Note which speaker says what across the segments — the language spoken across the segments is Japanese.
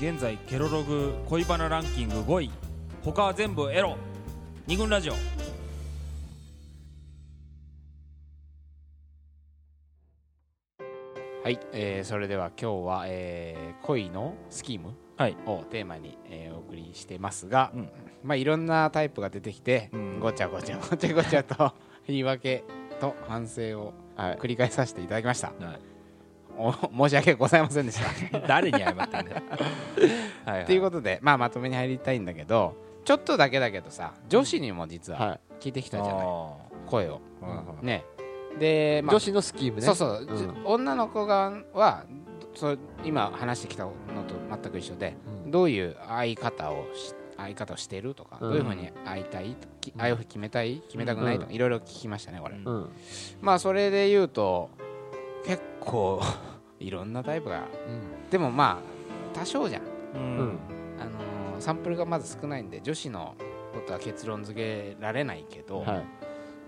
Speaker 1: 現在ケロログ恋バナランキング5位他は全部エロ二軍ラジオ
Speaker 2: はい、えーそれでは今日は、えー恋のスキーム
Speaker 1: はい
Speaker 2: をテーマに、えーお送りしてますが、
Speaker 1: うん
Speaker 2: まあ、いろんなタイプが出てきて、
Speaker 1: うん
Speaker 2: ごちゃごちゃごちゃごちゃと言い訳と反省を繰り返させていただきました、
Speaker 1: はい
Speaker 2: お申し訳ございませんでした
Speaker 1: 誰に謝ってんだよはい、
Speaker 2: ということで、まあ、まとめに入りたいんだけどちょっとだけだけどさ女子にも実は
Speaker 3: は
Speaker 2: 聞いてき
Speaker 1: と
Speaker 2: たじゃない、声を、
Speaker 1: はいはい
Speaker 2: ねで、まあ
Speaker 3: 女子のスキームね
Speaker 2: そうそう、
Speaker 3: うん
Speaker 2: じ女の子側はそう今話してきたのと全く一緒で、
Speaker 3: うん
Speaker 2: どういう会い方をし会い方をしてるとか、
Speaker 3: うん
Speaker 2: どういうふうに会いたいとき会う決めたい決めたくないとか、いろいろ聞きましたねこれ、
Speaker 1: うん
Speaker 3: うん
Speaker 2: まあそれで言うと結構 いろんなタイプがでもまあ多少じゃん、
Speaker 1: う
Speaker 3: うんんうん
Speaker 2: あのーサンプルがまず少ないんで女子のことは結論付けられないけど、
Speaker 3: はい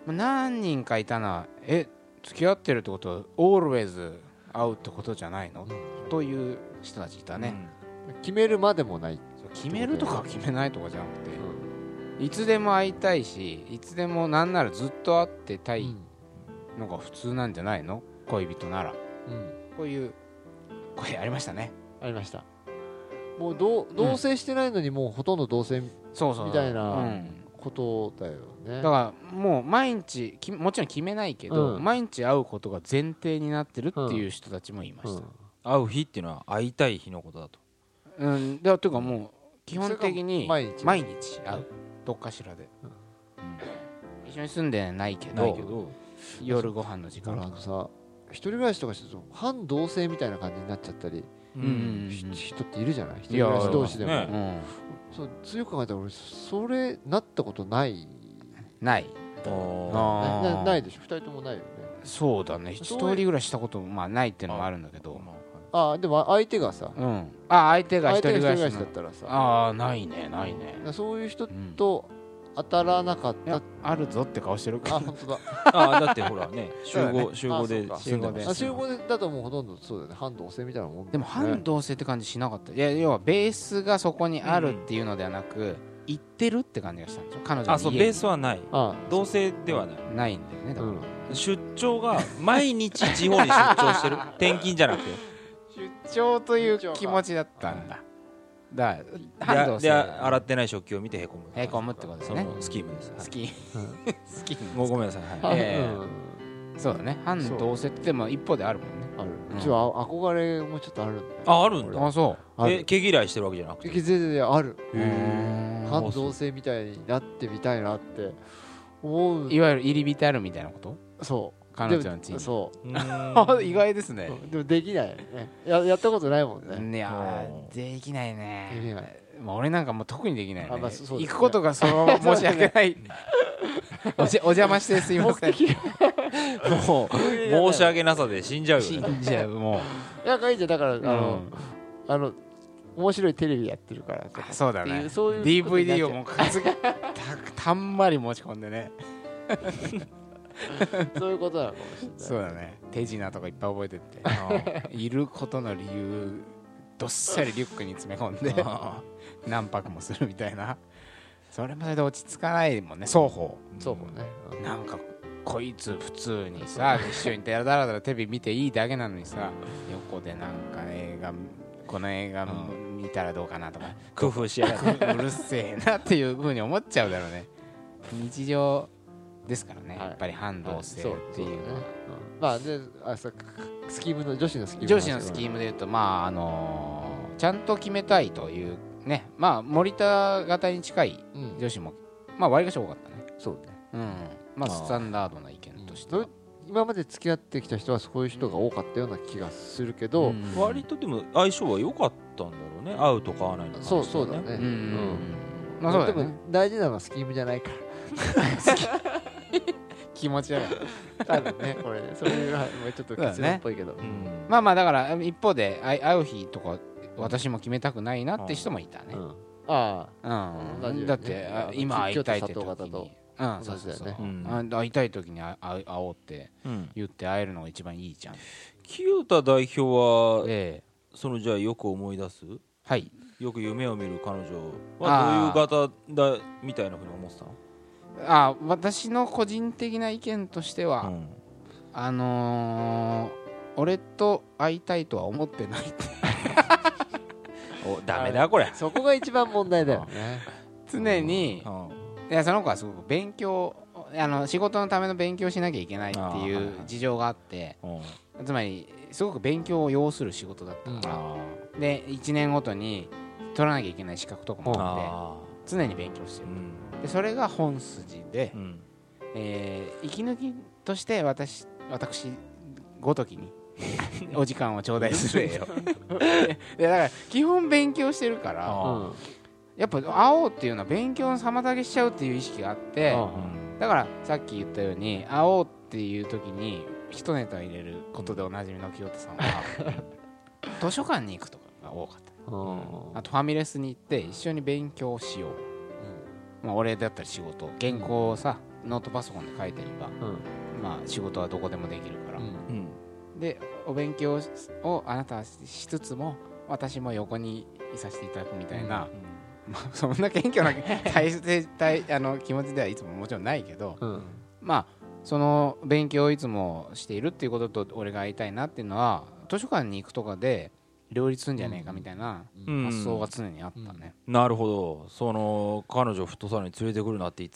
Speaker 2: まあ何人かいたなえ付き合ってるってことはオールウェイズ会うってことじゃないの、という人たちいたね、
Speaker 3: 決めるまでもない、
Speaker 2: そう決めるとか決めないとかじゃなくて、いつでも会いたいしいつでもなんならずっと会ってた
Speaker 3: う
Speaker 2: い
Speaker 3: ん
Speaker 2: のが普通なんじゃないの恋人なら
Speaker 3: うん
Speaker 2: こういう声ありましたね
Speaker 3: ありましたもうどう同棲してないのにもうほとんど同棲
Speaker 2: そうそう
Speaker 3: みたいな
Speaker 2: うん
Speaker 3: ことだよね
Speaker 2: だからもう毎日きもちろん決めないけど、
Speaker 3: うん
Speaker 2: 毎日会うことが前提になってるっていう人たちもいま
Speaker 3: う
Speaker 2: し
Speaker 3: ん
Speaker 2: た、
Speaker 1: 会う日っていうのは会いたい日のことだと
Speaker 2: うんだからというかもう基本的に
Speaker 3: それが毎日
Speaker 2: 毎日会うどっかしらで、一緒に住んでないけど
Speaker 1: ないけど
Speaker 2: 夜ご飯の時
Speaker 3: だ
Speaker 2: 間
Speaker 3: からあのさ一人暮らしとかしてると半同棲みたいな感じになっちゃったり、
Speaker 1: うん
Speaker 2: うん
Speaker 3: ひ人っているじゃない一人暮らし同士でも、
Speaker 1: いや
Speaker 2: う
Speaker 1: ね
Speaker 2: ん、
Speaker 3: そう強く考えたら俺それなったことない
Speaker 2: ない
Speaker 1: あ
Speaker 2: あー
Speaker 3: なないでしょ二人ともないよね
Speaker 2: そうだね一
Speaker 3: そう
Speaker 2: 人ぐらいしたこともまあないっていうのもあるんだけど
Speaker 3: ああでも相手がさ
Speaker 2: うんあ相手が一
Speaker 3: 相
Speaker 2: 人
Speaker 3: 手
Speaker 2: 暮
Speaker 3: が
Speaker 2: ら
Speaker 3: 一人暮ら
Speaker 2: し
Speaker 3: し
Speaker 2: の
Speaker 3: だったらさだか
Speaker 2: ああないねないね
Speaker 3: らそういう人
Speaker 2: うん
Speaker 3: と当たらなかっ
Speaker 2: い
Speaker 3: た、
Speaker 2: やあるぞって顔してるか
Speaker 3: あ
Speaker 2: ら
Speaker 3: 本当だ
Speaker 1: あーだってほらね集
Speaker 3: そうだね
Speaker 1: 合集合で
Speaker 3: あそうか
Speaker 1: 住んでます
Speaker 3: あ集合だともうほとんどそうだよね半同棲みたいなもんだよ ね
Speaker 2: でも半同性って感じしなかったいや要はベースがそこにあるっていうのではなく行ってるって感じがしたんでしょ彼女
Speaker 1: あそうベー
Speaker 2: ス
Speaker 1: スはない
Speaker 3: あ
Speaker 1: 同棲ではない
Speaker 2: ないんだよねだ
Speaker 3: う
Speaker 2: から、
Speaker 3: ん
Speaker 1: 出張が毎日地方に出張してる転勤じゃなくて
Speaker 2: 出張という
Speaker 3: 出張か
Speaker 2: 気持ちだったんだだから半
Speaker 1: で
Speaker 2: 同
Speaker 1: で
Speaker 2: 性
Speaker 1: 洗ってない食器を見てへこむ
Speaker 2: へこむってことですね
Speaker 1: そのスキームですはい
Speaker 2: 好き好き
Speaker 1: ごごめんなさいはい
Speaker 3: あ
Speaker 2: ええ
Speaker 3: うん
Speaker 2: そうだね半同性ってでも一方であるもんね
Speaker 3: ある
Speaker 2: うん
Speaker 3: うちは憧れもちょっとあるんだよ
Speaker 1: ああるんだ
Speaker 2: あそ
Speaker 3: あ
Speaker 1: え
Speaker 3: る
Speaker 1: 毛嫌いしてるわけじゃなくて
Speaker 3: 全然ある
Speaker 2: うへー
Speaker 3: 半同性みたいになってみたいなって思う
Speaker 2: いわゆる入り浸るみたいなこと
Speaker 3: そう
Speaker 2: 彼女の家
Speaker 3: でも
Speaker 2: に
Speaker 3: そう
Speaker 1: う
Speaker 2: あ
Speaker 1: ーん
Speaker 2: 意外ですね
Speaker 3: うんでもできないよねややったことないもんね
Speaker 2: いや
Speaker 1: うん
Speaker 2: ーできないね
Speaker 3: できない
Speaker 2: まあ、俺なんかもう特にできない、ね
Speaker 3: あまあそう
Speaker 2: 行
Speaker 3: ですね
Speaker 2: くことがそのまま申し訳ないおじお邪魔してすいません
Speaker 1: もう申し訳なさで死んじゃうよ
Speaker 2: 死
Speaker 1: ね
Speaker 2: んじゃうも
Speaker 3: なんかいいじゃんだからあ
Speaker 2: う、
Speaker 3: の
Speaker 2: うん
Speaker 3: あの面白いテレビやってるからとか
Speaker 2: あそうだ
Speaker 3: ってい
Speaker 2: ね
Speaker 3: うそういうことになっちゃ
Speaker 2: DVD
Speaker 3: う
Speaker 2: をもう担ぎたた んまり持ち込んでね
Speaker 3: そういうことなのかもしれない
Speaker 2: そうだね手品とかいっぱい覚えてって
Speaker 1: あー
Speaker 2: いることの理由どっさりリュックに詰め込んで
Speaker 1: あ
Speaker 2: 何泊もするみたいなそれまで落ち着かないもんね双方
Speaker 1: ー
Speaker 3: そうもねうん
Speaker 2: なんかこいつ普通にさ一緒にダラダラダラテレビ見ていいだけなのにさ横でなんか映画この映画見たらどうかなとか
Speaker 1: 工夫しやがって
Speaker 2: うるせえなっていうふうに思っちゃうだろうね日常ですからね、
Speaker 3: はい
Speaker 2: やっぱり反動性っていうのは
Speaker 3: そそだねうんまあであそうかスキームの女子のスキーム
Speaker 2: 女子のスキ
Speaker 3: ム
Speaker 2: ームでいうとまああのーちゃんと決めたいというねまあ森田型に近い
Speaker 3: うん
Speaker 2: 女子もまあ割りかし多かったね
Speaker 3: そうね
Speaker 2: うんまあ
Speaker 1: あー
Speaker 2: スタンダードな意見としては
Speaker 3: うん今まで付き合ってきた人はそういう人が多かったような気がするけど、
Speaker 2: うん
Speaker 1: 割とでも相性は良かったんだろうね会うとか会わないのか
Speaker 3: そうそうだね、
Speaker 2: うんうんうんまあそう
Speaker 3: で
Speaker 2: だよ
Speaker 3: も
Speaker 2: ね
Speaker 3: 大事なのはスキームじゃないか
Speaker 2: 気持ち悪い
Speaker 3: ら多分ねこれねそういうはいもうちょっと結論っぽいけど、
Speaker 1: うん
Speaker 2: まあまあだから一方で会い会う日とか私も決めたくないなって人もいたね
Speaker 3: うんあ
Speaker 2: うん、
Speaker 3: 同じようにね
Speaker 2: だってあ
Speaker 3: あの
Speaker 2: 今会いたいって時
Speaker 3: 京都佐藤
Speaker 2: に
Speaker 3: 方
Speaker 2: うん
Speaker 3: と
Speaker 2: そうそうそう、
Speaker 3: 同じだ
Speaker 1: ね
Speaker 3: よ
Speaker 1: うん
Speaker 2: あ会いたい時に会会会おうって
Speaker 1: うん
Speaker 2: 言って会えるのが一番いいじゃん
Speaker 1: 清田代表は
Speaker 2: ええ
Speaker 1: そのじゃあよく思い出す
Speaker 2: はい
Speaker 1: よく夢を見る彼女はどういう型だみたいなふうに思ってたの
Speaker 2: あ私の個人的な意見としては、
Speaker 1: うん
Speaker 2: あのー俺と会いたいとは思ってないって
Speaker 1: おダメだこれ
Speaker 3: そこが一番問題だよね
Speaker 2: 常に
Speaker 1: うん
Speaker 2: いやその子はすごく勉強あの仕事のための勉強をしなきゃいけないって
Speaker 1: あー
Speaker 2: い
Speaker 1: はいうはい
Speaker 2: 事情があって
Speaker 1: うん
Speaker 2: つまりすごく勉強を要する仕事だったから、で1年ごとに取らなきゃいけない資格とかもあって
Speaker 1: あ
Speaker 2: 常に勉強して
Speaker 1: ーう
Speaker 2: る
Speaker 1: ん
Speaker 2: でそれが本筋で
Speaker 1: う、ん
Speaker 2: えー息抜きとして私私ごとき にお時間を頂戴するよいやだから基本勉強してるから
Speaker 1: あ
Speaker 3: うん
Speaker 2: やっぱ会おうっていうのは勉強の妨げしちゃうっていう意識があって
Speaker 3: あ
Speaker 1: うん
Speaker 2: だからさっき言ったように会おうっていう時に一ネタ入れることでおなじみの清田さんは図書館に行くとかが多かった
Speaker 3: うん
Speaker 2: あとファミレスに行って一緒に勉強しよう、まあ、俺だったら仕事原稿をさノートパソコンで書いてれば、
Speaker 3: うん
Speaker 2: まあ、仕事はどこでもできるから、
Speaker 1: うん
Speaker 2: でお勉強をあなたはしつつも私も横にいさせていただくみたいな、まあ、 そんな謙虚な体制体あの気持ちではいつももちろんないけど
Speaker 3: うん
Speaker 2: まあその勉強をいつもしているっていうことと俺が会いたいなっていうのは図書館に行くとかで両立するんじゃねえかみたいな
Speaker 1: うん
Speaker 2: 発想が常にあったね、
Speaker 1: なるほどその彼女をフットサルに連れてくるなって言っ